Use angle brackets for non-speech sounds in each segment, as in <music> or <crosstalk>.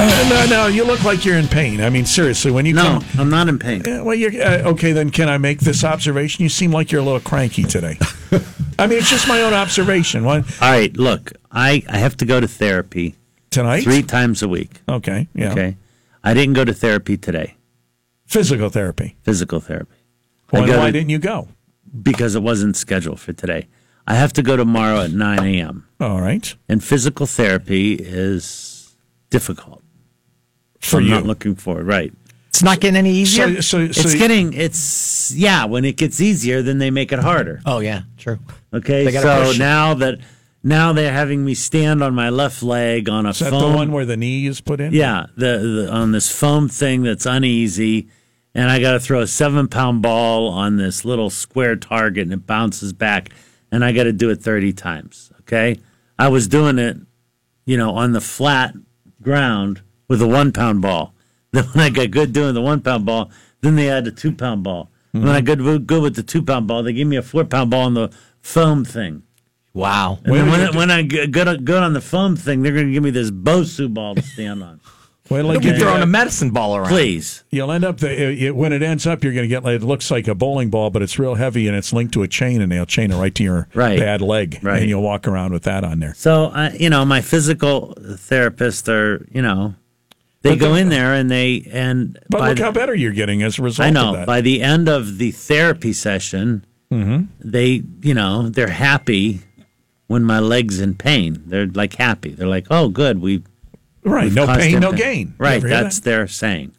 Uh, no, no, you look like you're in pain. I mean, seriously, when you No, come. I'm not in pain. Yeah, Well, you're uh, okay. Then can I make this observation? You seem like you're a little <laughs> cranky today. I mean, it's just my own observation. What All right, look, I, I have to go to therapy tonight? three times a week. Okay, yeah. Okay. I didn't go to therapy today, Physical therapy. physical therapy, I Why, got why it. didn't you go? because it wasn't scheduled for today. I have to go tomorrow at 9 a.m. All right, And physical therapy is difficult. for I'm you. not looking forward. Right. It's not getting any easier. so, so, so it's you- getting, it's, yeah, when it gets easier, then they make it harder. oh yeah, true. Okay. They gotta So push it. now that, now they're having me stand on my left leg on a is that phone. the one where the knee is put in? Yeah, the, the on this foam thing that's uneasy, and I got to throw a seven pound ball on this little square target, and it bounces back, and I got to do it thirty times. Okay, I was doing it, you know, on the flat ground with a one pound ball. <laughs> Then when I got good doing the one pound ball, then they had the two pound ball. Mm-hmm. When I got w- good with the two pound ball, they gave me a four pound ball on the foam thing. Wow. And Where then did when, you I- when I get good, good on the foam thing, they're going to give me this Bosu ball to stand on. Wait till I You're get throwing to a that. medicine ball <laughs> around. Please. You'll end up the, it, it- when it ends up. You're going to get like- it looks like a bowling ball, but it's real heavy and it's linked to a chain, and they'll chain it right to your Right. bad leg, Right. and you'll walk around with that on there. So, I, you know, my physical therapists are, you know, they But go the- in there and they, and But by look the, how better you're getting as a result. I Of know that. by the end of the therapy session, they, you know, they're happy when my leg's in pain. They're like happy. They're like, oh, good. We right, no caused pain, him no pain." gain. You Right. ever hear That's that? their saying.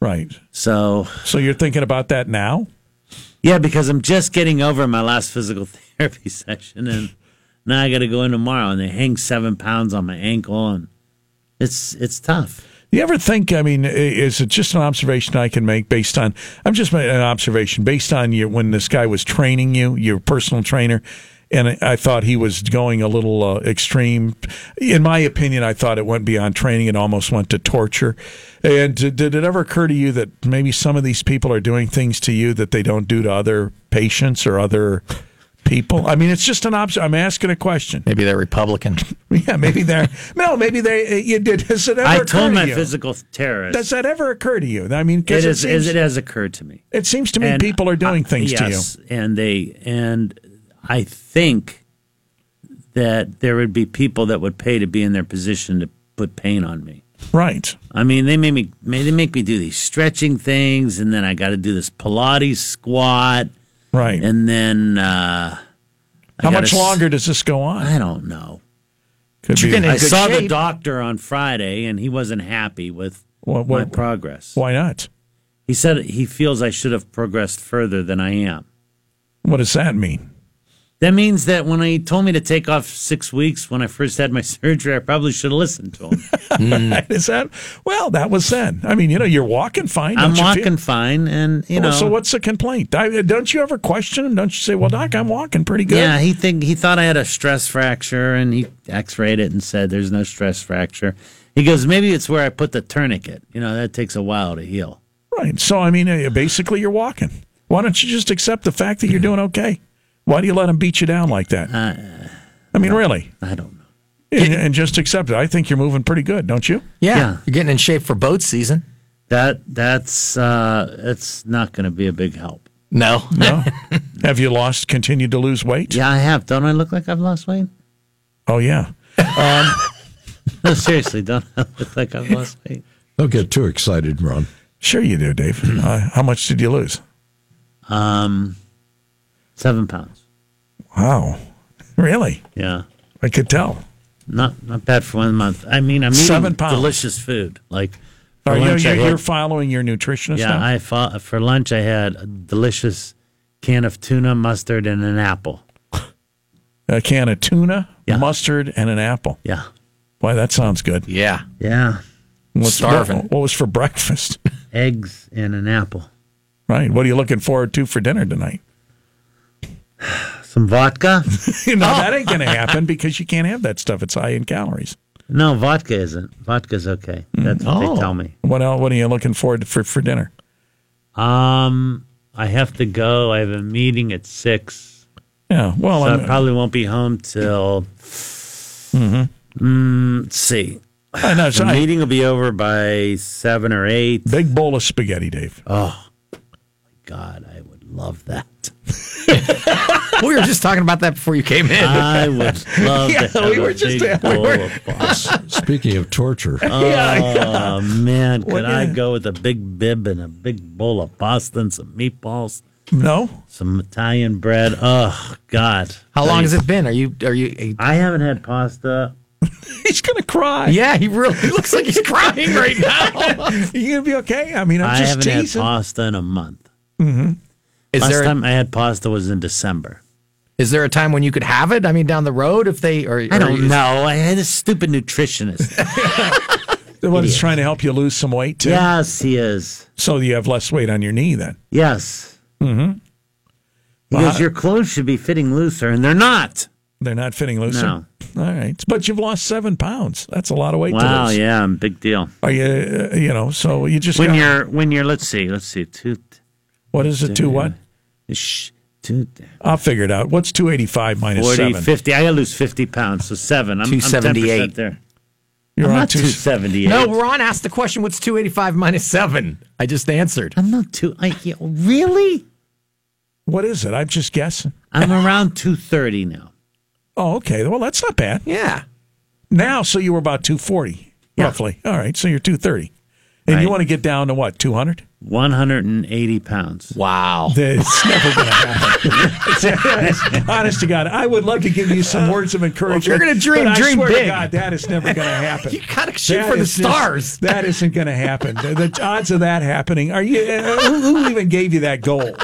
right. So, So you're thinking about that now? yeah, because I'm just getting over my last physical <laughs> therapy session and now I got to go in tomorrow and they hang seven pounds on my ankle and it's, it's tough. You ever think? I mean, i- is it just an observation I can make based on? I'm just making an observation based on your when this guy was training you, your personal trainer, and I- I thought he was going a little uh, extreme. In my opinion, I thought it went beyond training and almost went to torture. And did, did it ever occur to you that maybe some of these people are doing things to you that they don't do to other patients or other people? I mean, it's just an obs. I'm asking a question. Maybe they're Republican. <laughs> Yeah, maybe they're <laughs> no, maybe they. You did. Has it ever I occurred told to my you? physical therapist. Does that ever occur to you? I mean, it because it, is, seems, it has occurred to me. it seems to me people are doing I- things yes, and they and I think that there would be people that would pay to be in their position to put pain on me. to you, right? I mean, they made me made, they make me do these stretching things, and then I got to do this Pilates squat, Right. and then uh, I How gotta much s- longer does this go on? I don't know. Could You're gonna- In I good saw the shape. doctor on Friday, and he wasn't happy with What- my what- progress. why not? He said he feels I should have progressed further than I am. What does that mean? That means that when he told me to take off six weeks when I first had my <laughs> surgery, I probably should have listened to <laughs> him. Is that well? That was then. I mean, you know, you're walking fine. I'm don't you feel- walking fine, and you know, Well, so what's the complaint? I, don't you ever question him? Don't you say, "Well, doc, I'm walking pretty good." yeah, he think he thought I had a stress fracture, and he X-rayed it and said there's no stress fracture. He goes, maybe it's where I put the tourniquet. You know, that takes a while to heal. Right. So I mean, uh, basically, you're walking. Why don't you just accept the fact that you're doing okay? Why do you let him beat you down like that? I mean, really, uh, I don't know. and, and just accept it. I think you're moving pretty good, don't you? Yeah. Yeah. You're getting in shape for boat season. That that's uh, that's not going to be a big help. No. No. <laughs> Have you lost, continued to lose weight? Yeah, I have. Don't I look like I've lost <laughs> weight? Um, Oh, yeah. <laughs> No, seriously, don't I look like I've lost weight? Don't get too excited, Ron. Sure you do, Dave. Hmm. Uh, how much did you lose? Um, seven pounds. Wow. Really? Yeah. I could tell. Not not bad for one month. I mean, I'm eating Seven pounds. delicious food. Like for Are you, lunch, I you're, had- you're following your nutritionist yeah. now? I fought, for lunch I had a delicious can of tuna, mustard, and an apple. a can of tuna, Yeah. mustard, and an apple. Yeah, Why, that sounds good. Yeah. yeah. What's, Starving. What, what was for breakfast? <laughs> Eggs and an apple. right. What are you looking forward to for dinner tonight? Some vodka? <laughs> You know, that ain't going to happen because you can't have that stuff. It's high in calories. Hmm. no, vodka isn't. <laughs> Vodka's okay. That's what Oh. they tell me. What else? What are you looking forward to for, for dinner? Um, I have to go. I have a meeting at six. Yeah. Well, So I'm, <laughs> Mm-hmm. I probably won't be home till. Mm, let's see. I know. So The I, meeting will be over by seven or eight. Oh, big bowl of spaghetti, Dave. <laughs> God, I would love that. we were just talking about that before you came in. I <laughs> would love Yeah, to have we a were just- big we bowl were- <laughs> of <laughs> boss. <laughs> Speaking of torture, Oh man, could Well, I yeah. go with a big bib and a big bowl of pasta and some meatballs, No, some Italian bread? Oh God, How long has it been? Are you? Are you? I haven't had pasta. he's gonna cry. yeah, he really <laughs> he looks like he's crying right now. <laughs> you gonna be okay. I mean, I'm I just haven't teasing. Mm-hmm. had pasta in a month. Is Last there a, time I had pasta was in December. is there a time when you could have it? I mean, down the road, if they or I or don't is- know. I had a stupid nutritionist. <laughs> the one that's trying to help you lose some weight too, yes, he is. so you have less weight on your knee. Then Yes. Mm-hmm. Because your clothes should be fitting looser, and they're not. they're not fitting looser. No. All right, but you've lost seven pounds. That's a lot of weight. to Wow. lose. Yeah. Big deal. Are you? Uh, you know, so you just When got- you're when you're let's see let's see two what is it? Two what? Shh, two, I'll figure it out. What's two eighty five 40, seven? 50. I gotta lose 50 pounds, so seven. I'm, 278. I'm 10% there. You're I'm on not two. 278. No, Ron asked the question. What's two eighty five minus seven? I just answered. I'm not two. I, yeah, really? What is it? I'm just guessing. I'm around 230 now. Oh, okay. Well, that's not bad. Yeah. Now, so you were about 240, roughly. All right. So you're 230. And you Right. want to get down to what, 200? 180 pounds. Wow. It's never going to happen. <laughs> Honest to God, I would love to give you some words of encouragement. you're gonna dream, but I dream swear big. to God, that is never going to <laughs> happen. You gotta shoot That for the is just- <laughs> stars. that isn't going to happen. The, the odds of that happening are you? Uh, who, who even gave you that goal?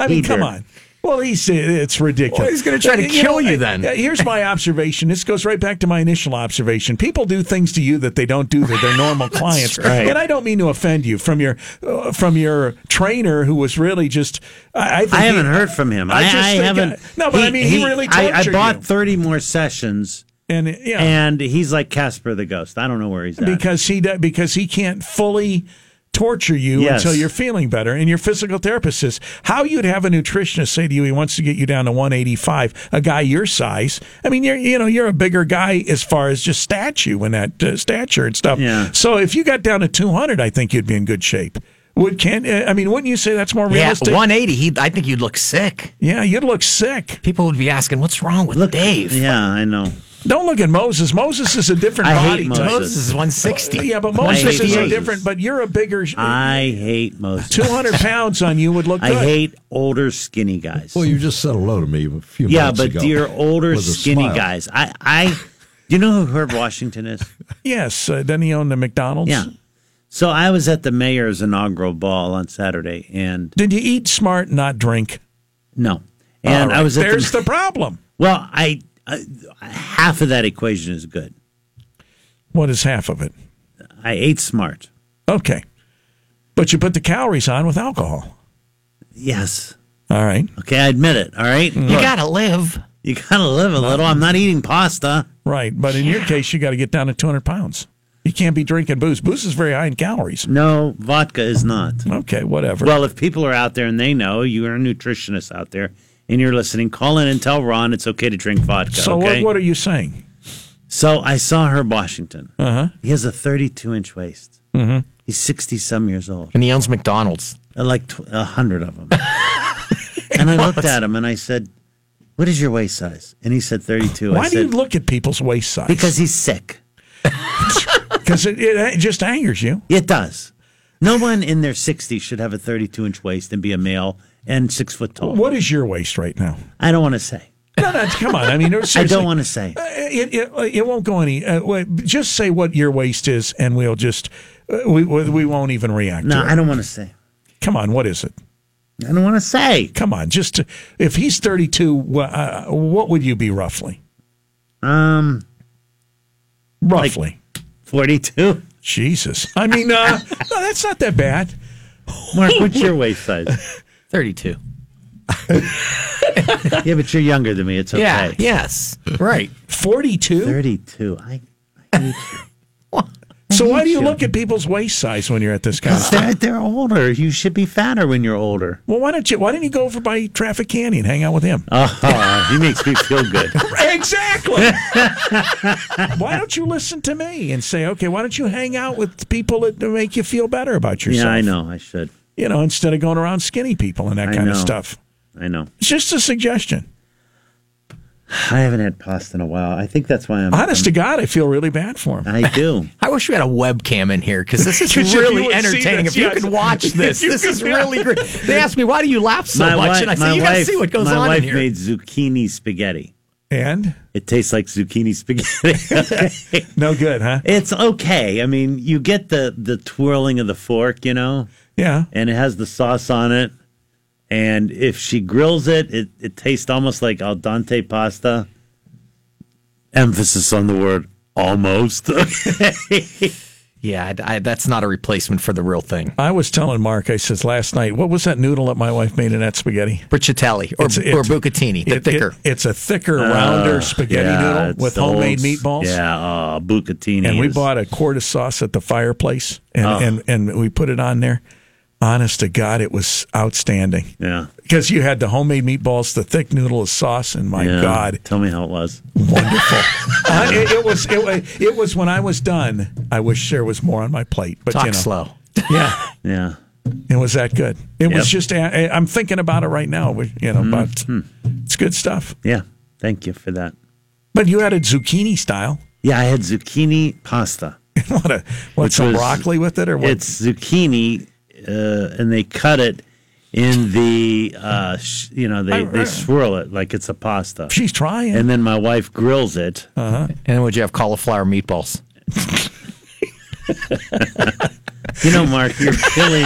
I mean, Peter. come on. Well, he's uh, it's ridiculous. Well, he's gonna try to kill you then. uh, Here's my observation. This goes right back to my initial observation. People do things to you that they don't do to their normal clients, right. and I don't mean to offend you from your uh, from your trainer who was really just. I, I, think I he- haven't heard from him. I, I just I think, uh, haven't. no, but I mean, he really I, I tortured bought you. 30 more sessions, and yeah, and he's like Casper the Ghost. I don't know where he's at. because he do- because he can't fully torture you Yes. until you're feeling better. And your physical therapist says how you'd have a nutritionist say to you he wants to get you down to 185, a guy your size. I mean, you're you know you're a bigger guy as far as just statue and that uh, stature and stuff. Yeah. So if you got down to 200, I think you'd be in good shape. Would can uh, I mean wouldn't you say that's more Yeah, realistic? one eighty. He. I think you'd look sick. yeah, you'd look sick. People would be asking, "What's wrong with Dave?" yeah, I know. Don't look at Moses. Moses is a different I hate body type. Moses. Moses is one sixty. Yeah, but Moses is a 158. different. But you're a bigger. I hate most. 200 pounds on you would look I good. hate older, skinny guys. well, you just said hello to me a few Yeah, minutes but ago. dear older with a skinny smile. guys. I I you know who Herb Washington is? Yes, uh, then he owned the McDonald's. Yeah. So I was at the mayor's inaugural ball on Saturday and Did you eat smart, not drink? no. And All right, I was at There's the, the problem. <laughs> Well, I, I half of that equation is good. What is half of it? I ate smart. Okay. But you put the calories on with alcohol. Yes. All right. Okay, I admit it. All right. You Look, gotta live. you gotta live a little. I'm not eating pasta. Right. But in your case, you got to get down to 200 pounds. You can't be drinking booze. Booze is very high in calories. No, vodka is not. Okay, whatever. Well, if people are out there and they know you are a nutritionist out there and you're listening, call in and tell Ron it's okay to drink vodka. so okay? what, what are you saying? So I saw Herb Washington. Uh-huh. He has a 32 inch waist. Mm-hmm. He's 60 some years old. And he owns McDonald's. I like tw- a hundred of them. <laughs> and I looked at him and I said, "What is your waist size?" And he said 32. I Why do you said, look at people's waist size? Because he's sick. <laughs> 'Cause it, it just angers you. It does. No one in their 60s should have a 32 inch waist and be a male and six foot tall. What is your waist right now? I don't want to say. No, no, come on. I <laughs> mean, I seriously. don't want to say. Uh, It, it, it won't go any. Uh, wait, just say what your waist is, and we'll just uh, we we we won't even react. No, to it. I don't want to say. Come on, what is it? I don't want to say. Come on, just to, if he's thirty two, uh, what would you be roughly? Um, Roughly, 42. Jesus. I mean, <laughs> uh, no, that's not that bad. Mark, what's your waist size? Thirty two. <laughs> Yeah, but you're younger than me. It's okay. Yeah. Yes. Right. Forty two. 32. I, I hate you. So why do you hate look at people's waist size when you're at this kind of stuff? They're, they're older. You should be fatter when you're older. Well, why don't you? Why didn't you go over by Traffic Canyon, hang out <laughs> with him? Oh, he makes me feel good. <laughs> Exactly. why don't you listen to me and say, okay, why don't you hang out with people that make you feel better about yourself? Yeah, I know. I should. You know, instead of going around skinny people and that I kind of know. stuff. I know. It's just a suggestion. I haven't had pasta in a while. I think that's why I'm. Honest to God, I feel really bad for him. I'm I do. <laughs> I wish we had a webcam in here because <laughs> <laughs> this is 'Cause if you really would see entertaining. this, if you yes. could <laughs> watch this, you this could- is really great. They asked me, why do you laugh so much? wi- and I my said, you got to wife- see what goes my on wife in here. made zucchini spaghetti. And It tastes like zucchini spaghetti. no good, huh? it's okay. I mean, you get the the twirling of the fork, you know, Yeah. and it has the sauce on it. And if she grills it, it, it tastes almost like al dente pasta. Emphasis on the word almost. <laughs> yeah, I, I- that's not a replacement for the real thing. I was telling Mark, I says last night, what was that noodle that my wife made in that spaghetti? Brucatelli or, It's- or it's- bucatini, the It- it- thicker. it's a thicker, rounder Oh, spaghetti Uh, Yeah, it's noodle with the old homemade s- meatballs. Yeah, uh, bucatini. and we is- bought a quart of sauce at the fireplace and, Oh. and, and we put it on there. Honest to God, it was outstanding. Yeah. Because you had the homemade meatballs, the thick noodle of sauce, and my yeah. <laughs> God, Tell me how it was. wonderful. Uh, it, it was it, wa- it was when I was done. I wish there was more on my plate, but Talk you know, slow. yeah, Yeah. it was that good. It was Yep. just I- I'm thinking about it right now. we- You know, Mm-hmm. but it's good stuff. Yeah. Thank you for that. But you added zucchini style. Yeah, I had zucchini pasta. <laughs> what a what Which some was- broccoli with it or what? It's zucchini, uh, and they cut it in the, uh, sh- you know, they, they swirl it like it's a pasta. She's trying. Uh-huh. And then my wife grills it. And would you have cauliflower meatballs? <laughs> You know, Mark, you're <laughs> <laughs> really.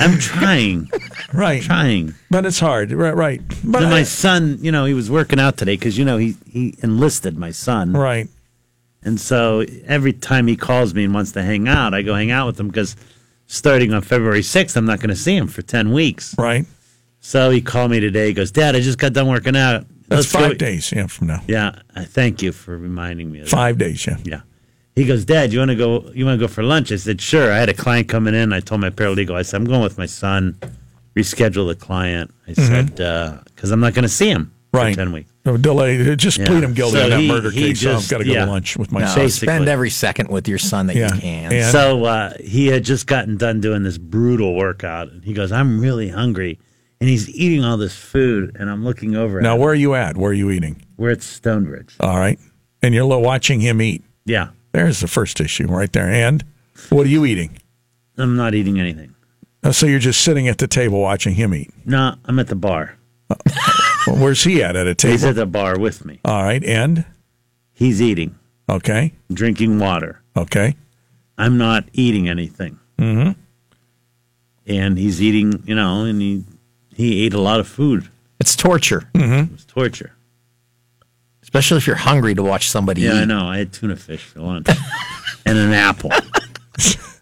I'm trying, <laughs> right. trying. But it's hard. Right. Right. But Then I- my son, you know, he was working out today because you know he he enlisted my son, right. and so every time he calls me and wants to hang out, I go hang out with him because starting on February 6th, I'm not going to see him for 10 weeks. Right. So he called me today. He goes, Dad, I just got done working out. Let's That's five go- days. Yeah. From now. Yeah, I thank you for reminding me of that. Five days. Yeah. Yeah. He goes, Dad, you want to go? You want to go for lunch? I said, Sure. I had a client coming in. I told my paralegal, I said, I'm going with my son. Reschedule the client. I said, because I'm not going to see him Mm-hmm. Right. for ten weeks. No, delay. Just Yeah. plead him guilty So on that he- murder he case. so I've just- got to go yeah. to lunch with my No, son. Basically. spend every second with your son that Yeah. you can. And- So uh, he had just gotten done doing this brutal workout, and he goes, "I'm really hungry," and he's eating all this food, and I'm looking over Now, at where are you at? Where are you eating? we're at Stonebridge. All right. And you're lo- watching him eat. Yeah, There's the first issue right there. And what are you eating? I'm not eating anything. Uh, So you're just sitting at the table watching him eat. Uh, No, I'm at the bar. <laughs> Well, where's he at at a He's table? at the bar with me. All right. And He's eating, okay. drinking water. Okay. I'm not eating anything. Mm-hmm. And he's eating, you know, and he he ate a lot of food. It's torture, It was torture. especially if you're hungry to watch somebody Yeah, I eat. know. I had tuna fish for lunch and an <laughs> apple.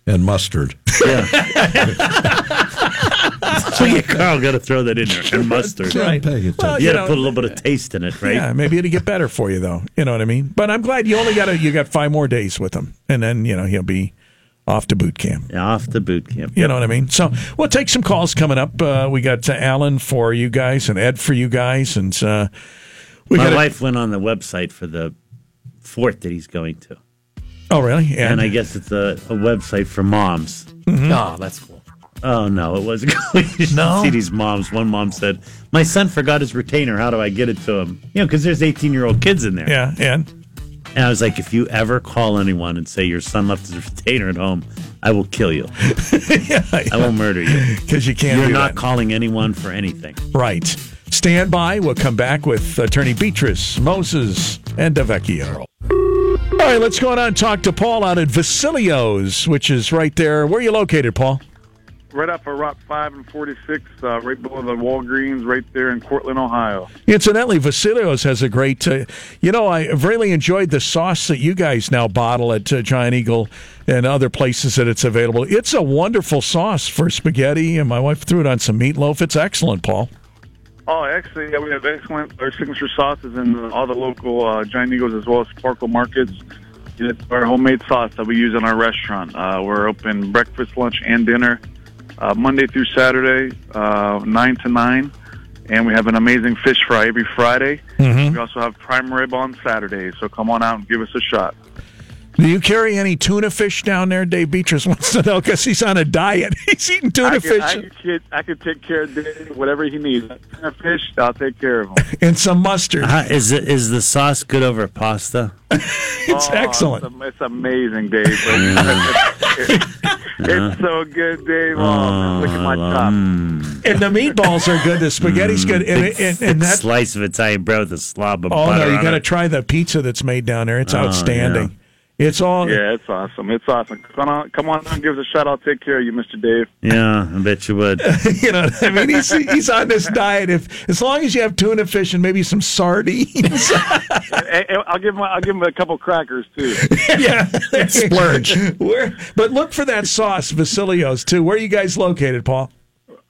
and mustard. <laughs> So you, Carl, got to throw that in there and mustard. Right. Pay attention. Well, You you got to put a know, little bit of taste in it, right? yeah, maybe it'll get better for you though. You know what I mean? But I'm glad you only got a, you got five more days with him, and then you know he'll be off to boot camp. Yeah, Off the boot camp. You know what I mean? So we'll take some calls coming up. Uh, we got uh, Alan for you guys and Ed for you guys, and uh, we My got. a- wife went on the website for the fort that he's going to, oh, really? Yeah. Mm-hmm. and I guess it's a, a website for moms. No, that's cool. Oh no, it wasn't. <laughs> you should No? see these moms. One mom said, "My son forgot his retainer. How do I get it to him?" You know, because there's 18 year old kids in there. yeah, and And I was like, "If you ever call anyone and say your son left his <laughs> retainer at home, I will kill <laughs> you. I will murder you. because you can't. You're do not that. calling anyone for anything." Right. Stand by. We'll come back with attorney Beatrice, Moses, and DeVecchio. All right, let's go on and talk to Paul out at Vasilio's, which is right there. Where are you located, Paul? right off of Route 5 and 46, uh, right below the Walgreens, right there in Cortland, Ohio. Incidentally, Vasilio's has a great. Uh, you know, I really enjoyed the sauce that you guys now bottle at uh, Giant Eagle and other places that it's available. It's a wonderful sauce for spaghetti, and my wife threw it on some meatloaf. It's excellent, Paul. Oh, actually, yeah, we have excellent our signature sauces in the, all the local uh, Giant Eagles as well as Sparkle Markets. And It's our homemade sauce that we use in our restaurant. Uh, we're open breakfast, lunch, and dinner uh, Monday through Saturday, uh, nine to nine, and we have an amazing fish fry every Friday. We also have prime rib on Saturdays. So come on out and give us a shot. Do you carry any tuna fish down there? Dave Beatrice <laughs> wants to know because he's on a diet. <laughs> He's eating tuna I could, fish I, could, kid- I could take care of Dave, whatever he needs. A fish, I'll take care of him. and some mustard. Uh, is it is the sauce good over pasta? <laughs> It's Oh, excellent. It's, am- it's amazing, Dave. it's so good, Dave. Oh, man, look at my top. and the meatballs are good. The spaghetti's good. Mm, And, Big and, thick and that's slice of Italian bread with a slob of oh butter. no, you on got to it. Oh, try the pizza that's made down there. It's outstanding. It's all Yeah, it's awesome. It's awesome. Come on, come on and give us a shot. I'll take care of you, Mr. Dave. yeah, I bet you <laughs> would. you know. What I mean, he's he's on this diet. If as long as you have tuna fish and maybe some sardines, <laughs> Hey, hey, I'll give him. I'll give him a couple crackers too. <laughs> yeah, Splurge. Where, but look for that sauce, Vasilios, too. Where are you guys located, Paul?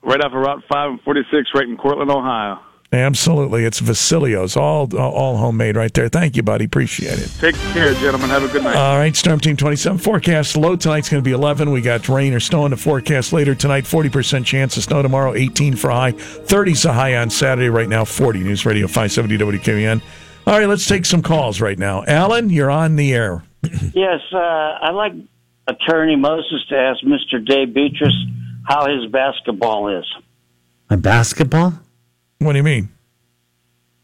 right off of Route Five and Forty Six, right in Cortland, Ohio. Absolutely, it's Vasilios, all all homemade right there. Thank you, buddy. Appreciate it. Take care, gentlemen. Have a good night. All right, Storm Team 27 forecast. Low tonight's going to be 11. We got rain or snow in the forecast later tonight. 40% chance of snow tomorrow, 18 for high. 30's a high on Saturday right now, 40. News Radio 570 WKBN. All right, let's take some calls right now. Alan, you're on the air. Yes, uh, I'd like Attorney Moses to ask Mr. Dave Beatrice how his basketball is. My basketball? What do you mean?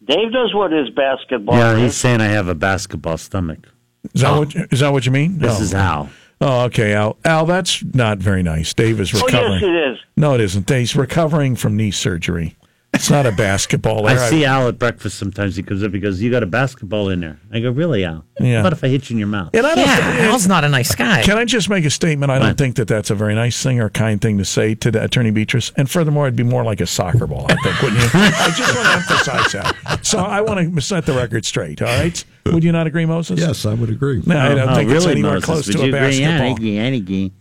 Dave knows what his basketball Yeah, he's is. saying I have a basketball stomach. Oh. Is that, what, is that what you mean? This no. is how. Oh, okay, Al. Al, that's not very nice. Dave is Oh, recovering. yes, it is. No, it isn't. He's recovering from knee surgery. It's not a <laughs> basketball. I All right. see Al at breakfast sometimes. He comes up, he goes, You got a basketball in there. I go, Really, Al? Yeah. What if I hit you in your mouth? And I don't Yeah, Al's not a nice guy. Can I just make a statement? I don't think that that's a very nice thing or kind thing to say to the attorney Beatrice. And furthermore, it'd be more like a soccer ball, I think, wouldn't you? <laughs> I just want to emphasize that. So I want to set the record straight. All right? Would you not agree, Moses? Yes, I would agree. No, I don't Oh, think it's really, anywhere Moses, close would to a you agree? Yeah, I basketball. agree, I agree.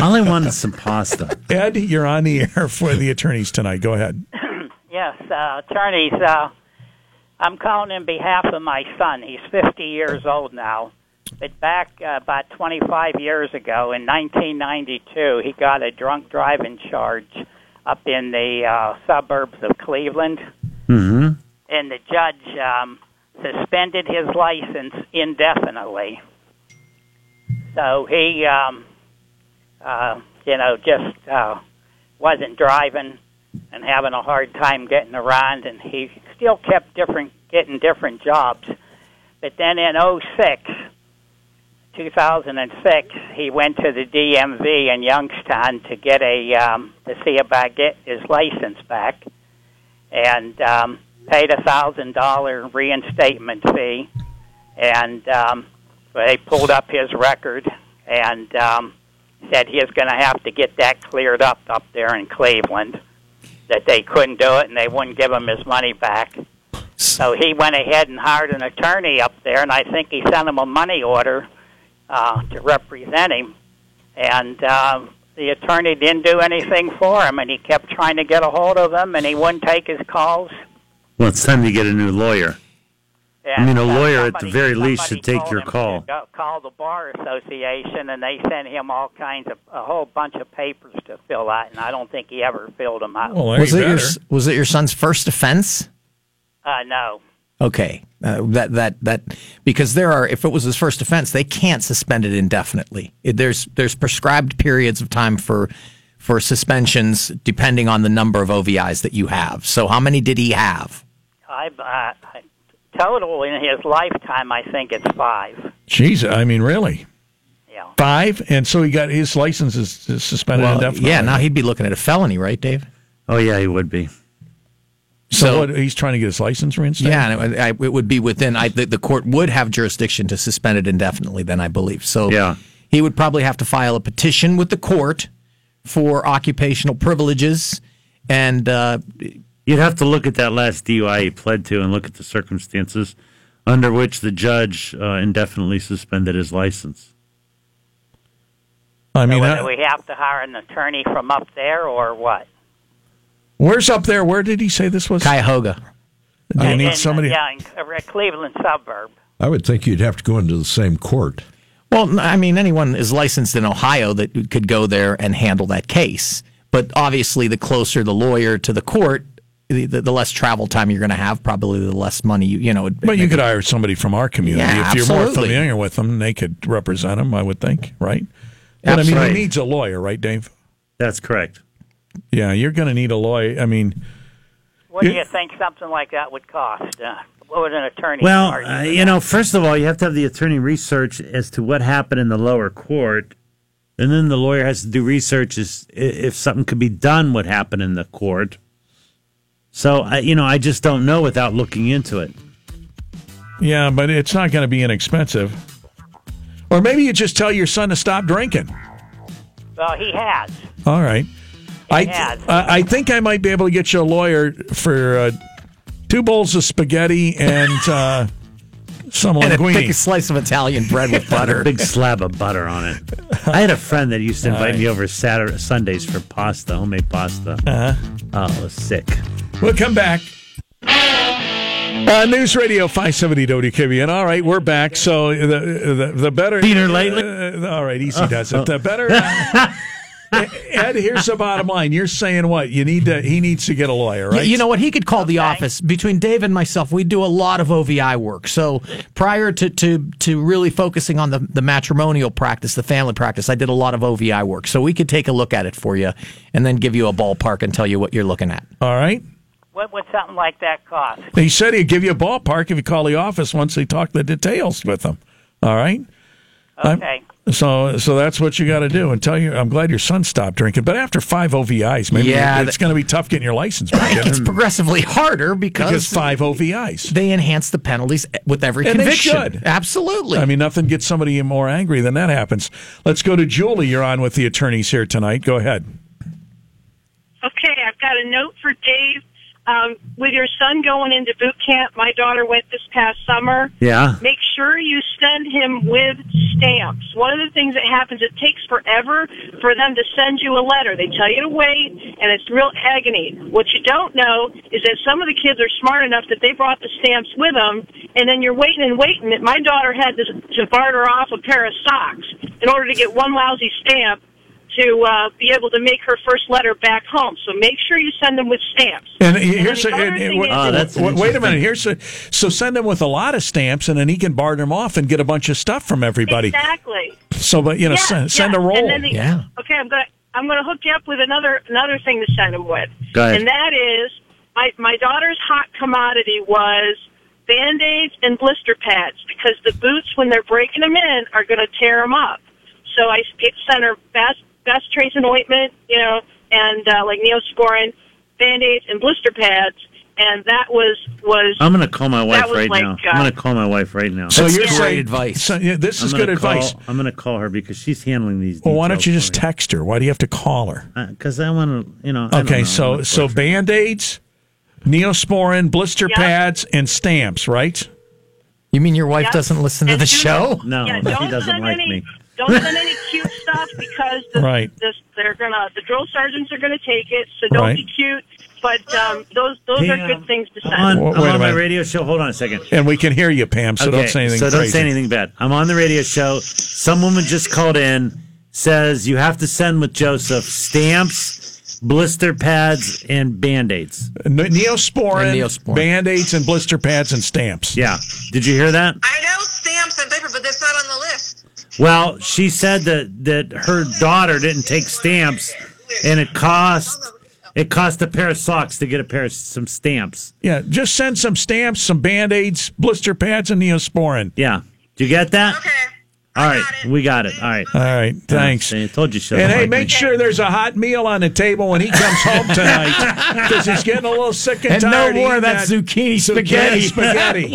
All I wanted some <laughs> pasta. Ed, you're on the air for the attorneys tonight. Go ahead. Yes, uh, attorneys. Uh, I'm calling in behalf of my son. He's 50 years old now. But back uh, about 25 years ago, in 1992, he got a drunk driving charge up in the uh, suburbs of Cleveland. Mm-hmm. And the judge um, suspended his license indefinitely. So he, um, uh, you know, just uh, wasn't driving and having a hard time getting around, and he still kept different getting different jobs. But then in 06, 2006, he went to the DMV in Youngstown to get a um, to see about get his license back, and um, paid a thousand dollar reinstatement fee, and um, they pulled up his record and um, said he was going to have to get that cleared up up there in Cleveland that they couldn't do it and they wouldn't give him his money back. So he went ahead and hired an attorney up there, and I think he sent him a money order uh, to represent him. And uh, the attorney didn't do anything for him, and he kept trying to get a hold of him, and he wouldn't take his calls. Well, it's time to get a new lawyer. And, mean, a uh, lawyer at somebody- the very least somebody should take told your him to call. go- Call the bar association, and they sent him all kinds of a whole bunch of papers to fill out, and I don't think he ever filled them out. Well, there was you it your better. was it your son's first offense? uh, no. Okay, uh, that that that because there are if it was his first offense, they can't suspend it indefinitely. It, there's there's prescribed periods of time for for suspensions depending on the number of OVIs that you have. So how many did he have? I, uh, total in his lifetime, I think it's five. Jeez, I mean, really? Yeah. Five? And so he got his license is suspended indefinitely. yeah, now he'd be looking at a felony, right, Dave? Oh, yeah, he would be. So, what, he's trying to get his license reinstated? Yeah, and it, I, it would be within. I, the, the court would have jurisdiction to suspend it indefinitely. Then I believe so. Yeah. he would probably have to file a petition with the court for occupational privileges, and uh, You'd have to look at that last DUI he pled to and look at the circumstances under which the judge uh, indefinitely suspended his license. I mean, Whether I- we have to hire an attorney from up there or what? Where's up there? Where did he say this was? Cuyahoga. I In, uh, need somebody. Yeah, in a Cleveland suburb. I would think you'd have to go into the same court. Well, n- I mean, anyone is licensed in Ohio that could go there and handle that case. But obviously, the closer the lawyer to the court, the, the, the less travel time you're going to have, probably the less money you, you know. it- But you could hire somebody from our community Yeah, if you're more absolutely. familiar with them. They could represent them, I would think, right? But I mean, Absolutely. he needs a lawyer, right, Dave? That's correct. Yeah, you're going to need a lawyer. I mean, What do Yeah. you think something like that would cost? Uh, what would an attorney Well, charge? uh, you know, first of all, you have to have the attorney research as to what happened in the lower court, and then the lawyer has to do research as i- if something could be done what happened in the court. So, I, you know, I just don't know without looking into it. yeah, but it's not going to be inexpensive. Or maybe you just tell your son to stop drinking. well, he has. All right. I, Yes. I I think I might be able to get you a lawyer for uh, two bowls of spaghetti and uh, some and a linguine. big slice of Italian bread <laughs> with butter. Big slab of butter on it. I had a friend that used to invite me over Saturday, Sundays for pasta, homemade pasta. Uh-huh. Oh, it was sick. We'll come back. Uh, News Radio 570 WKBN. All right, we're back. So the the, the better. Peter lately? Uh, all right, easy does it. The better. uh, Ed, here's the bottom line. You're saying what? You need to. He needs to get a lawyer, Y- right? You know what? He could call the office. Between Dave and myself, we do a lot of OVI work. So prior to, to, to really focusing on the, the matrimonial practice, the family practice, I did a lot of OVI work. So we could take a look at it for you and then give you a ballpark and tell you what you're looking at. All right. What would something like that cost? He said he'd give you a ballpark if you call the office once they talk the details with him. All right. I'm- Okay. So so that's what you got to do. And tell you, I'm glad your son stopped drinking. But after five OVIs, maybe Yeah, it's going to be tough getting your license back. I think isn't it's it? progressively harder because, Because five OVIs. they enhance the penalties with every And they conviction. should. Absolutely. I mean, nothing gets somebody more angry than that happens. Let's go to Julie. You're on with the attorneys here tonight. Go ahead. Okay, I've got a note for Dave. Um, with your son going into boot camp, my daughter went this past summer. Yeah. Make sure you send him with stamps. One of the things that happens, it takes forever for them to send you a letter. They tell you to wait, and it's real agony. What you don't know is that some of the kids are smart enough that they brought the stamps with them, and then you're waiting and waiting. My daughter had to, to barter off a pair of socks in order to get one lousy stamp to uh, be able to make her first letter back home. So make sure you send them with stamps. And here's a, the other and- and- thing is- Oh, that's an wait- wait a minute. interesting- Here's a, so send him with a lot of stamps, and then he can barter them off and get a bunch of stuff from everybody. Exactly. So, but you know, Yeah, send, send yeah. a roll. And then the- Yeah. Okay, I'm gonna I'm gonna hook you up with another another thing to send them with, Go ahead. and that is my my daughter's hot commodity was band aids and blister pads because the boots when they're breaking them in are gonna tear them up. So I get sent her best best trace and ointment, you know, and uh, like neosporin, band aids and blister pads, and that was was I'm going to call my wife That was right like, now. uh, I'm going to call my wife right now. so That's you're great saying- advice. so, yeah, this I'm is gonna good call- advice. I'm going to call her because she's handling these. Well, why don't you details just for me. text her? Why do you have to call her? because I want to, you know. I don't Okay, know. I'm so not so sure. band aids, neosporin, blister Yeah. pads, and stamps, right? you mean your wife Yep. doesn't listen to And the do show? not- No, yeah, he don't doesn't send like any, me. Don't send any cute <laughs> stuff because the, Right. the, they're gonna the drill sergeants are gonna take it. So don't Right. be cute. But um, those those are good things to send. I'm on, Wait- I'm wait a on my minute. radio show. Hold on a second. And we can hear you, Pam. So don't Okay, say anything. So don't crazy. say anything bad. I'm on the radio show. Some woman just called in, says you have to send with Joseph stamps, blister pads, and band aids. Ne- Neosporin, And Neosporin. band aids, and blister pads and stamps. Yeah. Did you hear that? I know stamps and paper, but that's not on the list. Well, she said that that her daughter didn't take stamps, and it cost it cost a pair of socks to get a pair of some stamps. Yeah, just send some stamps, some band aids, blister pads, and Neosporin. Yeah. Do you get that? Okay. All I right, got it. we got it. All right. All right, thanks. I told you so. And hey, make sure there's a hot meal on the table when he comes home tonight because he's getting a little sick and, And no tired. of more of eating that zucchini spaghetti, <laughs> spaghetti.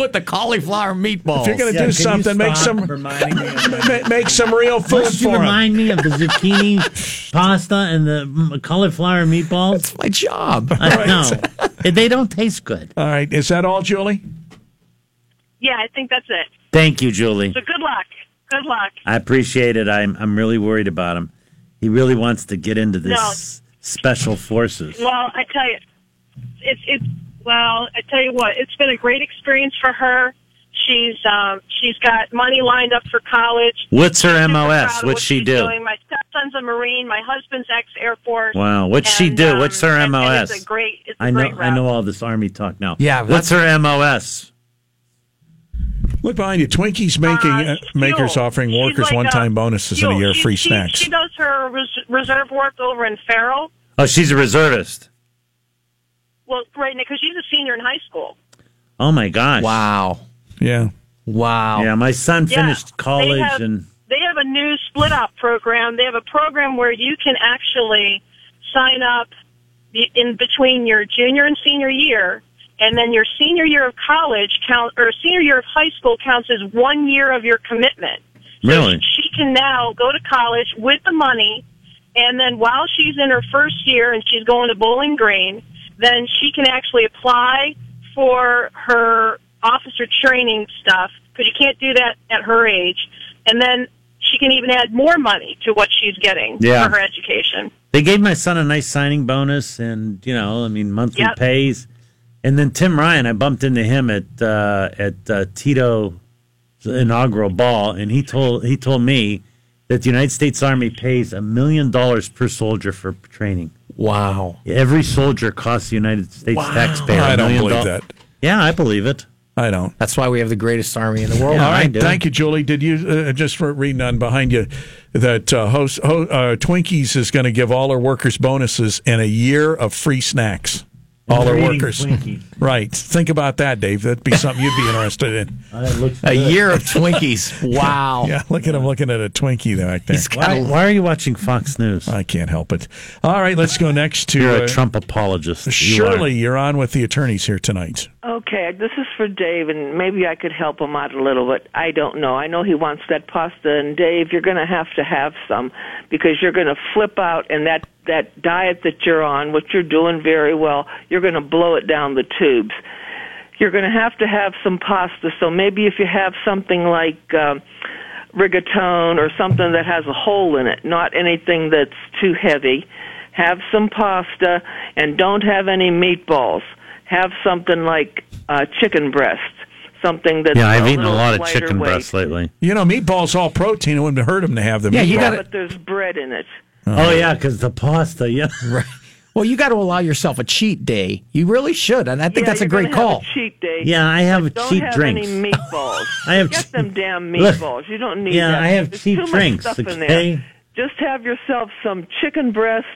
<laughs> with the cauliflower meatballs. If you're gonna do something, make some Reminding <laughs> me of, ma- make some real food must you for him. remind me of the <laughs> zucchini pasta and the mm, cauliflower meatballs? That's my job. I know. They don't taste good. All right, is that all, Julie? Yeah, I think that's it. Thank you, Julie. So good luck. Good luck. I appreciate it. I'm I'm really worried about him. He really wants to get into this No. special forces. Well, I tell you, it's it's well, I tell you what, it's been a great experience for her. She's um, she's got money lined up for college. <laughs> What's her Super MOS? proud of What's what she she's do? Doing. My stepson's a Marine. My husband's ex Air Force. Wow, what's she And, do? um, What's her and- and MOS? it's a great. It's a I know. Great I know route. all this army talk now. Yeah, What's her MOS? Look behind you. Twinkies making Uh, uh, makers fuel. offering She's workers like uh, a- one-time bonuses of fuel. the year, She- free she- snacks. She does her res- reserve work over in Farrell. Oh, she's a reservist. Well, right now because she's a senior in high school. Oh my gosh. Wow. yeah, Wow. Yeah, my son Yeah. finished college they have, and they have a new split up program. They have a program where you can actually sign up be- in between your junior and senior year, and then your senior year of college count or senior year of high school counts as one year of your commitment. Really? she can now go to college with the money, and then while she's in her first year and she's going to Bowling Green, then she can actually apply for her officer training stuff because you can't do that at her age, and then she can even add more money to what she's getting Yeah. for her education. they gave my son a nice signing bonus and you know, I mean monthly Yep. pays. And then Tim Ryan, I bumped into him at uh, at uh, Tito's inaugural ball, and he told he told me that the United States Army pays a million dollars per soldier for training. Wow. Every soldier costs the United States taxpayer. I a don't million believe doll- that. Yeah, I believe it. I don't. That's why we have the greatest army in the world. All I right, do. thank you, Julie. Did you uh, just for reading on behind you that uh, host ho, uh, Twinkies is going to give all her workers bonuses and a year of free snacks? All her Reading workers, Twinkies. <laughs> right? Think about that, Dave. That'd be something you'd be interested in. Oh, <laughs> that looks A good. year of <laughs> Twinkies. Wow. Yeah, look at him looking at a Twinkie back there. He's got Why, a, why are you watching Fox News? I can't help it. All right, let's go next to You're uh, a Trump apologist. You Shirley, you're on with the attorneys here tonight. Okay, this is for Dave, and maybe I could help him out a little, but I don't know. I know he wants that pasta, and Dave, you're going to have to have some because you're going to flip out, and that that diet that you're on, which you're doing very well, you're going to blow it down the tubes. You're going to have to have some pasta, so maybe if you have something like um, rigatone or something that has a hole in it, not anything that's too heavy. Have some pasta, and don't have any meatballs have something like uh, chicken breast, something that's Are. Yeah, I've a eaten a little lot of lighter chicken weight. breasts lately. You know, meatballs all protein. It wouldn't hurt him to have Uh-huh. them. Yeah, you Yeah, gotta- but there's bread in it. Oh yeah, because the pasta. Yeah, well, you got to allow yourself a cheat day. You really should, and I think yeah, that's a you're gonna great have call. cheat day. yeah. I have Don't cheap have drinks. any meatballs. I have Get cheap- them damn <laughs> Look. meatballs. You don't need Yeah, that. I have There's cheap too much drinks, stuff in okay? there. Just have yourself some chicken breast,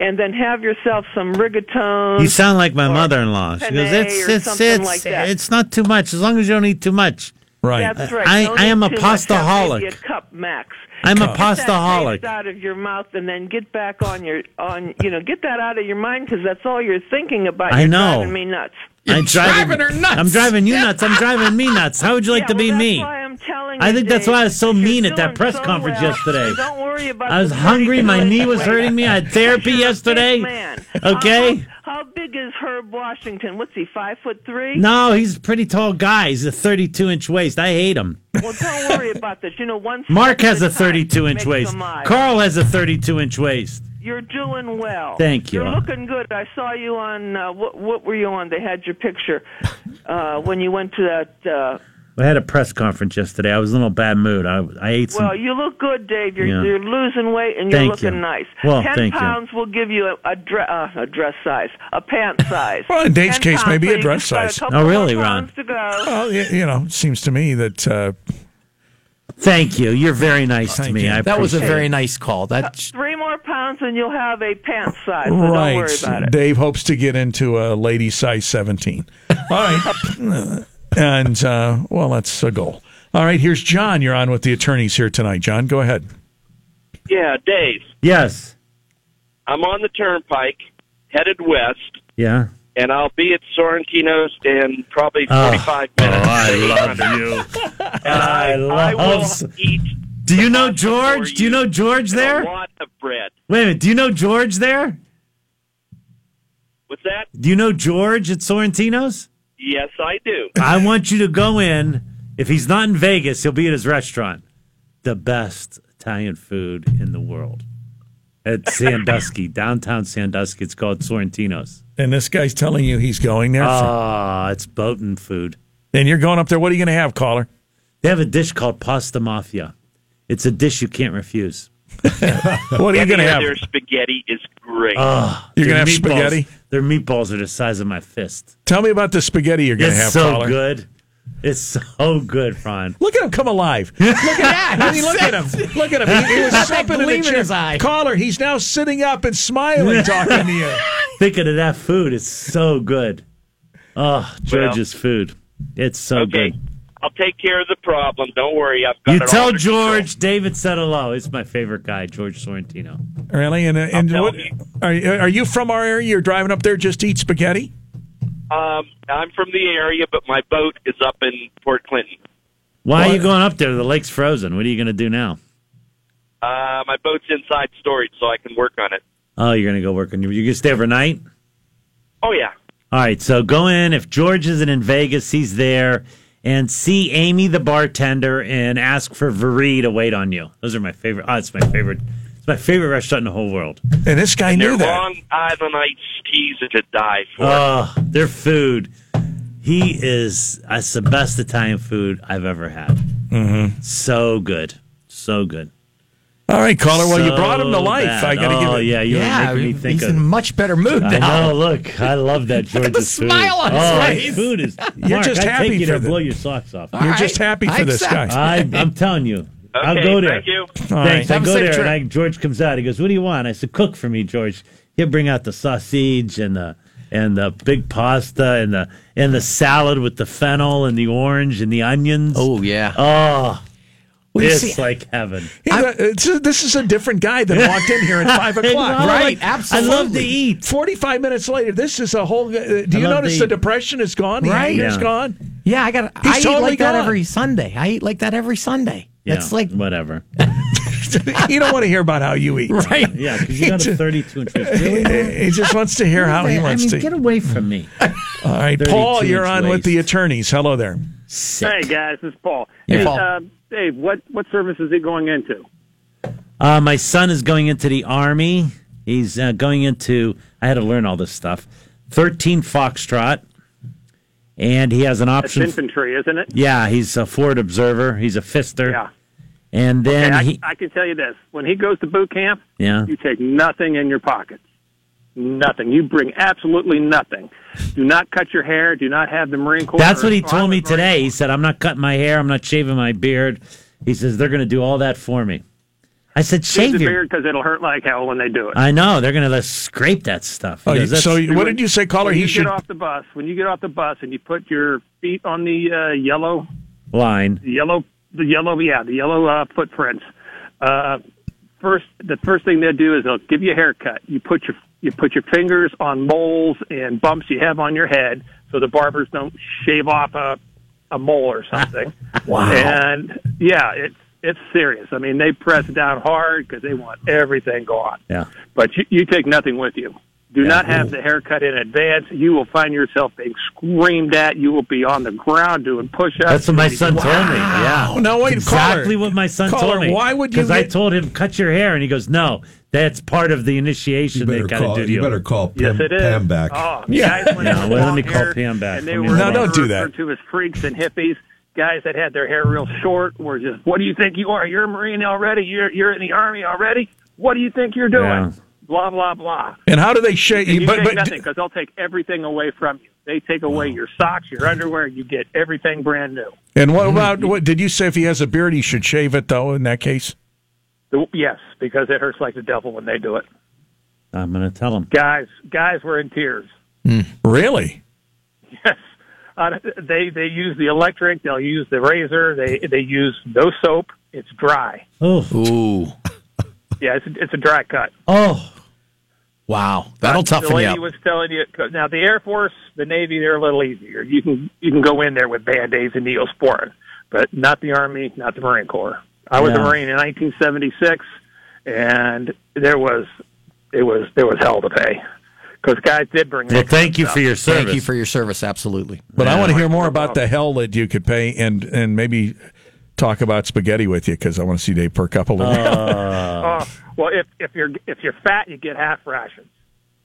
and then have yourself some rigatone. You sound like my or mother-in-law. She penne goes, "It's or it's something it's like that." it's not too much as long as you don't eat too much." right. That's right. I- Don't I am eat a too much. Have maybe pastaholic. A cup max. I'm Get a that taste pastaholic. out of your mouth and then get back on your on you know get that out of your mind because that's all you're thinking about I you're know. driving me nuts I'm driving her nuts. I'm driving you <laughs> nuts. I'm driving me nuts. How would you like yeah, to well, be that's me? why I'm telling I you, think that's Dave, why I was so that you're mean at that doing press so conference well. yesterday. don't worry about I was the hungry. My ridiculous knee was weight. hurting me. I had <laughs> therapy You're a big yesterday. man. Uh-huh. Okay. How- how big is Herb Washington what's he five foot <laughs> three No, he's a pretty tall guy. He's a 32 inch waist. I hate him. well don't worry about this you know one Mark step has at a time 32 inch makes waist. a mile. Carl has a 32 inch waist. You're doing well. Thank you. You're looking good. I saw you on uh, what? What were you on? They had your picture uh, when you went to that. Uh, I had a press conference yesterday. I was in a little bad mood. I, I ate some. well, you look good, Dave. You're, Yeah. you're losing weight and you're Thank looking you. nice. Well, Ten thank you. pounds will give you a, a, dre- uh, a dress size, a <laughs> pant size. Well, in Dave's Ten case, pounds, maybe so a you dress got size. A couple Oh, more really, Ron? pounds To go. Well, y- you know, it seems to me that uh, thank you. You're very nice to Thank me. you. I That was a appreciate very it. nice call. That Three more pounds and you'll have a pant size. So Don't worry about right. it. Dave hopes to get into a lady size 17. All right. and, uh, well, that's a goal. All right, here's John. You're on with the attorneys here tonight. John, go ahead. Yeah, Dave. Yes. I'm on the turnpike, headed west, Yeah. and I'll be at Sorrentino's in probably Ah. Oh. 45 Oh, minutes. I love you. <laughs> and I, I I will love- eat Do you know Lots George? for Do you you. know George a there? lot of bread. Wait a minute. Do you know George there? What's that? Do you know George at Sorrentino's? Yes, I do. I want you to go in. If he's not in Vegas, he'll be at his restaurant. The best Italian food in the world. at Sandusky, downtown Sandusky. It's called Sorrentino's. And this guy's telling you he's going there. Ah, it's boating food. And you're going up there. What are you going to have, caller? They have a dish called pasta mafia. It's a dish you can't refuse. <laughs> what are you And going to their- have? Their spaghetti is great. Ah, You're their gonna have meatballs- spaghetti? Their meatballs are the size of my fist. Tell me about the spaghetti you're going to It's have, so caller. good. It's so good, Ron. Look at him <laughs> come alive. Look at that. I mean, look at him. Look at <laughs> him. He, he was <laughs> Got that slumping in the gleam in chair. his eye. Caller, he's now sitting up <laughs> and <laughs> smiling, talking to you. Thinking of that food, it's so good. Oh, George's food. It's so okay, good. I'll take care of the problem. Don't worry. I've got You it all tell under control. George, David said hello. He's my favorite guy, George Sorrentino. Really? And, uh, and telling what, you. are, you- are you from our area? You're driving up there just to eat spaghetti? Um, I'm from the area, but my boat is up in Port Clinton. Why are What? you going up there? The lake's frozen. What are you going to do now? Uh, my boat's inside storage, so I can work on it. Oh, you're going to go work on your. You're going to stay overnight? Oh yeah. All right, so go in. If George isn't in Vegas, he's there. And see Amy, the bartender, and ask for Viri to wait on you. Those are my favorite. Oh, it's my favorite. It's my favorite restaurant in the whole world. And this guy They're knew that. Long Island iced teas are to die for. Oh, their food. He is. That's the best Italian food I've ever had. Mm-hmm. So good. So good. All right, caller. Well, you So brought him to life. bad. I got to oh, give it. yeah, you're making me think he's of. in much better mood I now. know. Look, I <laughs> love that George's at the food. smile on his oh, face. Food is. You're Mark, just I happy take you for to the- blow your socks off. You're All just right, happy I for this accept. guy. I, <laughs> I'm telling you, I'll Okay, go there. Thank you. All Thanks. right. I Have a go safe there, trip. and I, George comes out. He goes, "What do you want?" I said, "Cook for me, George. He'll bring out the sausage and the and the big pasta and the and the salad with the fennel and the orange and the onions. Oh yeah. oh, Well, you it's see- like heaven. Hey, look, it's a- this is a different guy that walked in here at five Hey, I o'clock. like- Right, I love to absolutely. eat. 45 minutes later, this is a whole. Uh, do you love notice the- the depression is gone? The Right. anger's Yeah. gone? Yeah, I got. I eat totally like that gone. every Sunday. I eat like that every Sunday. Yeah, That's like whatever. <laughs> you don't want to hear about how you eat. <laughs> right. Yeah, because you got a 32 inch fridge. Really? He just wants to hear how he I wants mean, to. get away from me. <laughs> All right, 32 Paul, you're inch on with waist. the attorneys. Hello there. Sick. Hey guys, this is Paul. Yeah. Hey, Paul. Uh, Dave, what what service is he going into? Uh, my son is going into the army. He's uh, going into. I had to learn all this stuff. Thirteen Foxtrot, and he has an That's option. infantry, isn't it? yeah, he's a forward observer. He's a fister. Yeah. And then And I, he. I can tell you this: when he goes to boot camp, yeah. you take nothing in your pockets. Nothing. You bring absolutely nothing. Do not cut your hair. Do not have the Marine Corps. That's or what he Army told me Marine today. He said, "I'm not cutting my hair. I'm not shaving my beard." He says they're going to do all that for me. I said, Corps. Keep "Shave the your." beard because it'll hurt like hell when they do it. I know they're going to scrape that stuff. He Oh, you- goes, "That's- so, what did you say, caller? when He you should. get off the bus, when you get off the bus and you put your feet on the uh, yellow line. the yellow, the yellow, yeah, the yellow uh, footprints. Uh, first, the first thing they'll do is they'll give you a haircut. You put your you put your fingers on moles and bumps you have on your head, so the barbers don't shave off a a mole or <laughs> something. wow! And yeah, it's it's serious. I mean, they press down hard because they want everything gone. Yeah. But you, you take nothing with you. Do not have the haircut in advance. You will find yourself being screamed at. You will be on the ground doing push-ups. That's what my You'll be son told me. Yeah. Oh, now wait, exactly caller. what my son Caller, told me. why would you Because I get- told him cut your hair, and he goes, "No, that's part of the You initiation better they've got call. to do to You you." better call Yes, Pam, it is. Pam back. Oh, Yeah. guys with Yeah, long well, let me call hair, Pam back. And they Let me were call No, don't do that. referred to as freaks and hippies. Guys that had their hair real short were just, what do you think you are? You're a Marine already. You're you're in the Army already. What do you think you're doing? Yeah. Blah blah blah. And how do they shave? And you but, take but, nothing because they'll take everything away from you. They take away your socks, your underwear. You get everything brand new. And what Mm-hmm. about what did you say? If he has a beard, he should shave it, though. In that case, The- Yes, because it hurts like the devil when they do it. I'm going to tell him. Guys, guys were in tears. really? Yes. Uh, they they use the electric. They'll use the razor. They they use no soap. It's dry. Oh, Ooh. Yeah, it's it's a dry cut. oh, Wow. That'll the toughen you lady up. was telling you. Now the Air Force, the Navy, they're a little easier. You can you can go in there with band aids and neosporin, but not the Army, not the Marine Corps. I was Yeah. a Marine in 1976, and there was it was there was hell to pay because guys did bring. well, extra thank you stuff. for your service. Thank you for your service. Absolutely. But I Yeah. want to hear more about the hell that you could pay, and and maybe talk about spaghetti with you because I want to see Dave perk up a little. Uh, <laughs> Oh, well, if if you're if you're fat, you get half rations.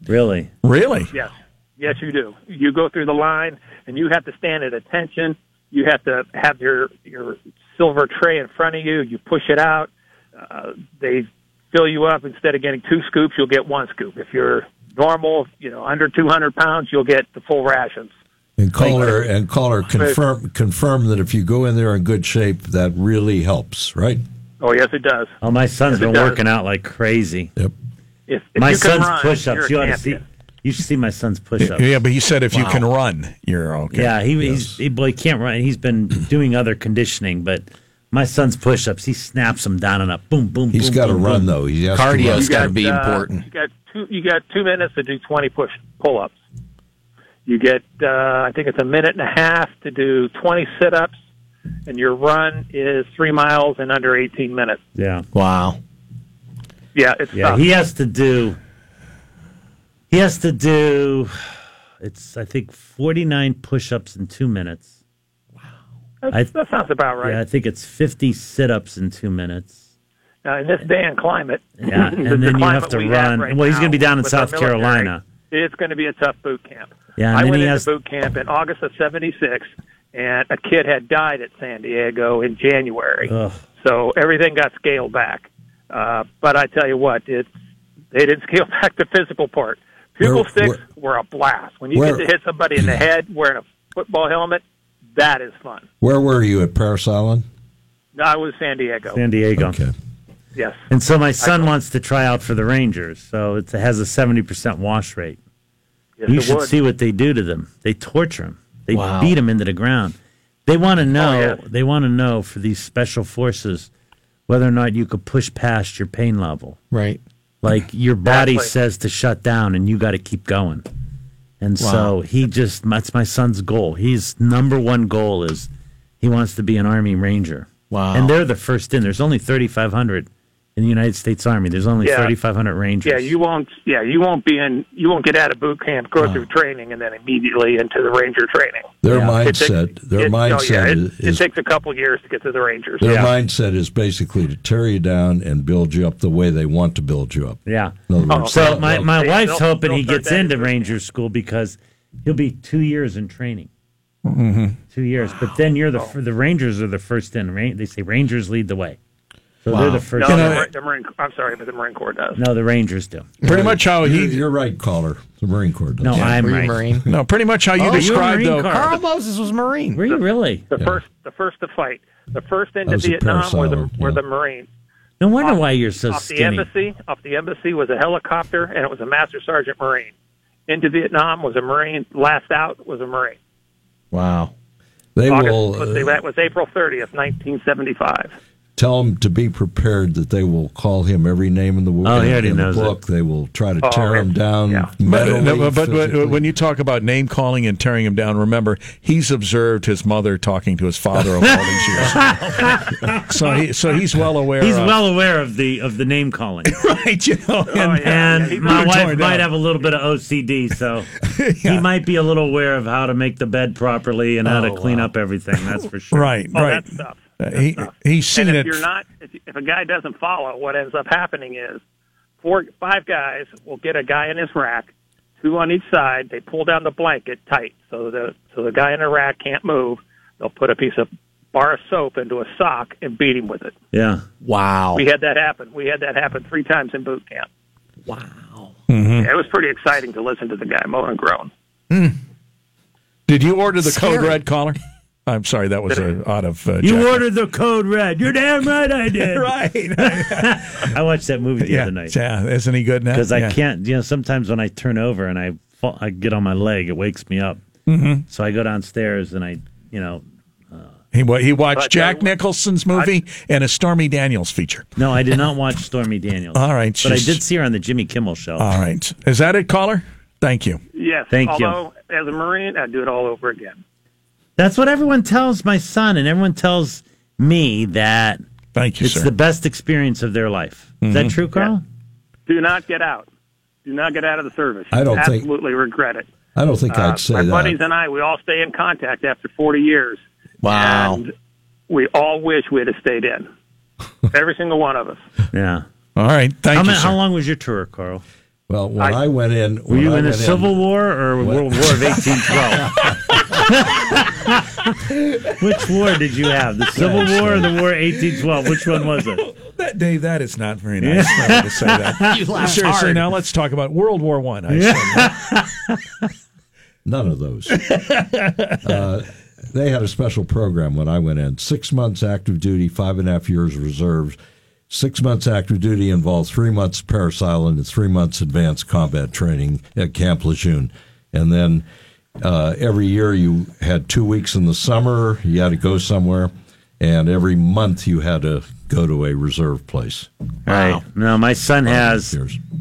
really? Really? Yes, yes, you do. You go through the line, and you have to stand at attention. You have to have your your silver tray in front of you. You push it out. Uh, they fill you up. Instead of getting two scoops, you'll get one scoop. If you're normal, you know, under 200 pounds, you'll get the full rations. And caller and caller confirm confirm that if you go in there in good shape, that really helps, right? Oh, yes, it does. Oh, my son's Yes, it been does. working out like crazy. Yep. If, if my you can son's run, you're push-ups. a You ought to see. champion. You should see my son's push-ups. Yeah, but he said if you Wow. can run, you're okay. Yeah, he, he's he, well, he can't run. He's been doing other conditioning, but my son's push-ups, he snaps them down and up. Boom, boom. He's boom, gotta boom, run, boom. though. He has to Cardio's run. It's gotta be uh, important. You got two. You got two minutes to do twenty push pull-ups. You get, uh, I think it's a minute and a half to do twenty sit-ups, and your run is three miles in under eighteen minutes. Yeah. Wow. Yeah, it's Yeah, tough. he has to do. He has to do. It's I think forty nine push ups in two minutes. That's- I- that sounds about right. Yeah, I think it's fifty sit ups in two minutes. Now, in this day and climate, <laughs> Yeah, and the- the then you climate have to we run. right well, he's going to be now down in with our South military, Carolina. It's going to be a tough boot camp. Yeah, and I then went he into has- boot camp in August of '76, and a kid had died at San Diego in January. Ugh. So everything got scaled back. Uh, but I tell you what, it's they didn't <laughs> scale back the physical part. Pupil Where- sticks where- were a blast. When you where- get to hit somebody in the head wearing a football helmet, that is fun. Where were you at Paris Island? I was San Diego. San Diego. Okay. Yes. And so my son wants to try out for the Rangers. So it has a seventy percent wash rate. yes You it should would. see what they do to them. They torture them. They Wow. beat them into the ground. They want to know. Oh, yeah. They want to know for these special forces whether or not you could push past your pain level. Right. Like your body Exactly. says to shut down, and you got to keep going. And so Wow. he just that's my son's goal. His number one goal is he wants to be an Army Ranger. Wow. And they're the first in. There's only 3,500 in the United States Army. There's only Yeah. 3,500 Rangers. Yeah, you won't. Yeah, you won't be in. You won't get out of boot camp, go through training, and then immediately into the ranger training. Their Yeah. It takes- mindset their it- oh, yeah, mindset it- is, it, takes a couple years to get to the rangers. their Yeah. mindset is basically to tear you down and build you up the way they want to build you up. Yeah. In other words, So they'll- my, they'll- my They- wife's they'll- hoping he they'll gets turn that into into- Ranger school because he'll be two years in training. mm-hmm. Two years, but then you're the the Rangers are the first in. Ra- They say Rangers lead the way, so they're the first. No, No, the, know- Mar- the Marine. I'm sorry, but the Marine Corps does. no, the Rangers do. Pretty much how you're, he. you're right, caller. The Marine Corps does. No, I'm Were you right. Marine? No, pretty much how you Oh, you described Marine though. Corps. Carl Moses was Marine. Were you really? The first, the first to fight, the first into That was at Vietnam Paris were the Island, were yeah. the Marines. No wonder why you're so off skinny. the embassy. Off the embassy was a helicopter, and it was a Master Sergeant Marine. Into Vietnam was a Marine. Last out was a Marine. Wow. They August, will let's see, uh, that was April 30th, 1975. tell him to be prepared that they will call him every name in the, wo- Oh, he in, already in the knows it. book. They will try to Oh, tear okay. him down. Yeah. But, mentally, but, but, physically. when you talk about name calling and tearing him down, remember he's observed his mother talking to his father over all these <laughs> years. <laughs> so he, so he's well aware. He's of, well aware of the of the name calling, <laughs> Oh, right, you know, and, yeah, and he's my really wife torn might down. have a little bit of OCD, <laughs> so he might be a little aware of how to make the bed properly and how to clean up everything. That's for sure. Oh, right, Oh, right. that's tough. Uh, he he's seen and it. if you're not, if, if a guy doesn't follow, what ends up happening is four, five guys will get a guy in his rack, two on each side. They pull down the blanket tight so the so the guy in the rack can't move. They'll put a piece of bar of soap into a sock and beat him with it. Yeah. Wow. We had that happen. We had that happen three times in boot camp. Wow. Hmm. Mm-hmm. Yeah, it was pretty exciting to listen to the guy moan and groan. Hmm. Did you order the code Scary. red collar? I'm sorry, that was a, out of uh, You Jack. ordered the code red. You're damn right I did. right. I watched that movie the yeah, other night yeah. Isn't he good now? because Yeah. I can't. You know, sometimes when I turn over and I fall, I get on my leg, it wakes me up. Mm-hmm. So I go downstairs and I, you know, uh, He wa- he watched But, Jack uh, Nicholson's movie and a Stormy Daniels feature. no, I did not watch Stormy Daniels. All right, but I just- did see her on the Jimmy Kimmel show. All right, is that it, caller? Thank you. Yes. Thank you. although, as a Marine, I'd do it all over again. That's what everyone tells my son, and everyone tells me that Thank you, it's sir. Mm-hmm. the best experience of their life. Is that true, Carl? Do not get out. Do not get out of the service. I don't think- Absolutely regret it. I don't think Uh, I'd say my that. buddies and I, we all stay in contact after 40 years. Wow. And we all wish we'd have stayed <laughs> in. Every single one of us. Yeah. All right. Thank how, you, ma- sir. How long was your tour, Carl? Well, when I, went in, Were when you I in the went Civil War or What? World <laughs> War of 1812? Which war did you have? The Civil War or the War 1812? Which one was it? That, Dave, <laughs> that is not very nice for me to say that. You laughed Seriously, hard. now let's talk about World War One. I. <laughs> None of <laughs> those. uh, they had a special program when I went in. Six months active duty, five and a half years reserves. Six months active duty involved three months Paris Island and three months advanced combat training at Camp Lejeune. And then uh, every year you had two weeks in the summer, you had to go somewhere, and every month you had to go to a reserve place. Right. No, my son has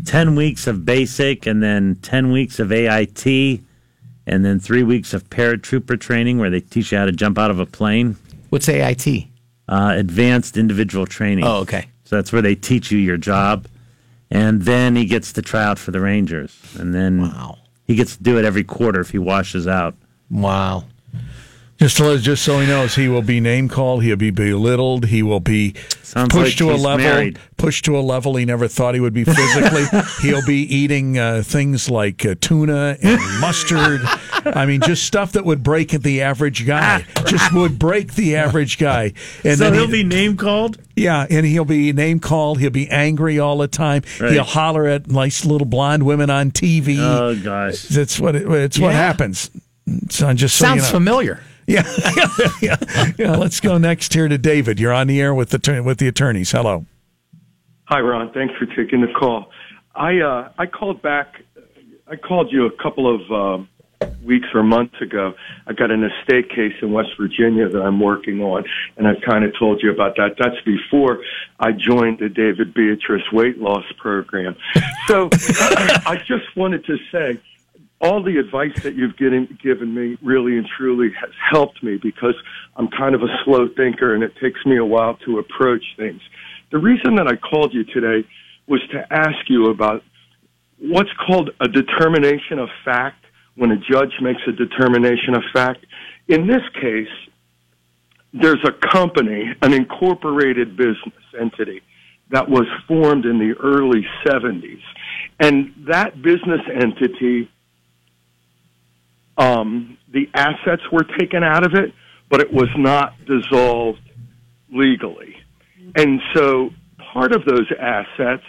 10 weeks of basic and then 10 weeks of AIT and then three weeks of paratrooper training where they teach you how to jump out of a plane. What's AIT? Uh, advanced individual training. Oh, okay. So that's where they teach you your job. And then he gets to try out for the Rangers. And then he gets to do it every quarter if he washes out. Wow. Just to let, just so he knows, he will be name called. He'll be belittled. He will be Sounds pushed like to a he's level, married. pushed to a level he never thought he would be <laughs> physically. He'll be eating uh, things like uh, tuna and mustard. I mean, just stuff that would break at the <laughs> average guy. just would break the average guy. so then he'll he- be name called? yeah, and he'll be name called. He'll be angry all the time. Right. He'll holler at nice little blonde women on TV. Oh, gosh. That's what it, it's what Yeah. happens. So I'm just so you Sounds know. familiar. <laughs> Yeah, yeah, yeah. Let's go next here to David. You're on the air with the attorney- with the attorneys. Hello. Hi, Ron. Thanks for taking the call. I uh, I called back. I called you a couple of uh, weeks or months ago. I've got an estate case in West Virginia that I'm working on, and I kind of told you about that. That's before I joined the David Beatrice weight loss program. So I just wanted to say all the advice that you've given, given me really and truly has helped me because I'm kind of a slow thinker and it takes me a while to approach things. The reason that I called you today was to ask you about what's called a determination of fact when a judge makes a determination of fact. In this case, there's a company, an incorporated business entity that was formed in the early 70s. And that business entity, um, the assets were taken out of it, but it was not dissolved legally. And so part of those assets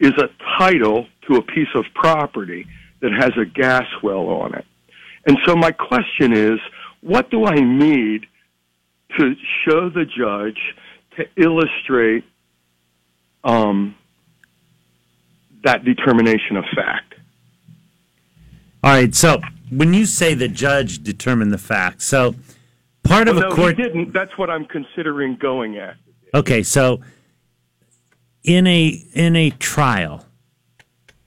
is a title to a piece of property that has a gas well on it. And so my question is, what do I need to show the judge to illustrate um, that determination of fact? All right. So when you say the judge determined the facts, so part of Well, a no, court he didn't. That's what I'm considering going at. Okay, so in a in a trial,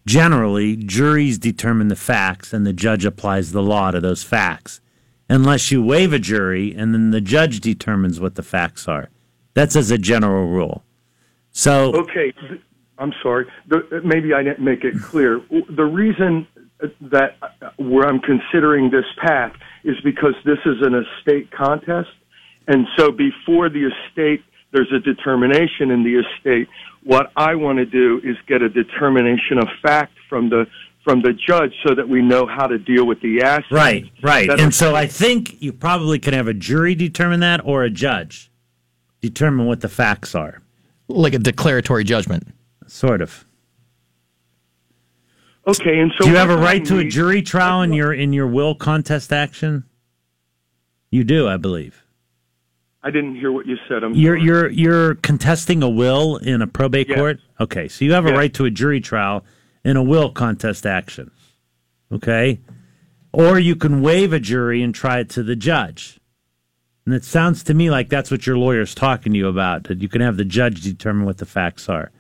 generally juries determine the facts and the judge applies the law to those facts. Unless you waive a jury and then the judge determines what the facts are. That's as a general rule. So Okay, th- I'm sorry. The, maybe I didn't make it clear. W- The reason that uh, where I'm considering this path is because this is an estate contest, and so before the estate, there's a determination in the estate. What I want to do is get a determination of fact from the from the judge so that we know how to deal with the assets. Right, right. That and are- so I think you probably can have a jury determine that or a judge determine what the facts are. Like a declaratory judgment. Sort of. Okay, and so do you what have a I right to a need- jury trial in your in your will contest action? You do, I believe. I didn't hear what you said. I'm You're sorry. you're you're contesting a will in a probate Yes. court. Okay, so you have a Yes. right to a jury trial in a will contest action. Okay, or you can waive a jury and try it to the judge. And it sounds to me like that's what your lawyer's talking to you about. That you can have the judge determine what the facts are.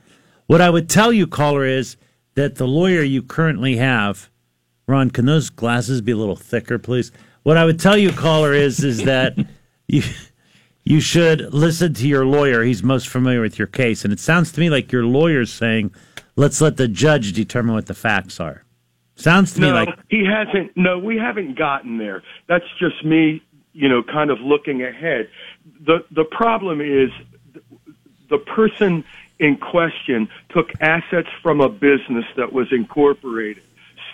What I would tell you, caller, is that the lawyer you currently have, Ron, can those glasses be a little thicker, please? What I would tell you, caller, is is that you you should listen to your lawyer. He's most familiar with your case, and it sounds to me like your lawyer's saying, "Let's let the judge determine what the facts are." Sounds to no, me like he hasn't. No, we haven't gotten there. That's just me, you know, kind of looking ahead. the the problem is th- the person in question took assets from a business that was incorporated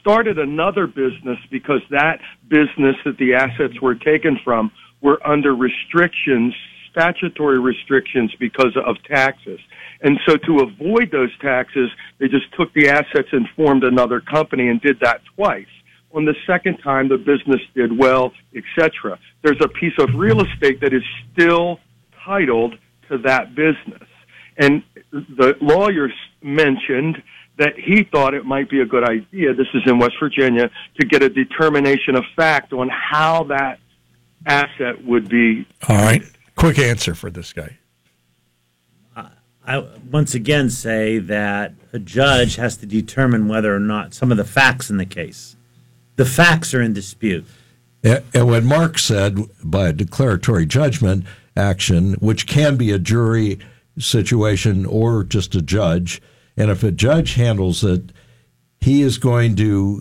started another business because that business that the assets were taken from were under restrictions statutory restrictions because of taxes and so to avoid those taxes they just took the assets and formed another company and did that twice on the second time the business did well, etc. There's a piece of real estate that is still titled to that business. And the lawyer s- mentioned that he thought it might be a good idea, this is in West Virginia, to get a determination of fact on how that asset would be All right. Quick answer for this guy. I once again say that a judge has to determine whether or not some of the facts in the case. The facts are in dispute. And and what Mark said by a declaratory judgment action, which can be a jury situation or just a judge, and if a judge handles it, he is going to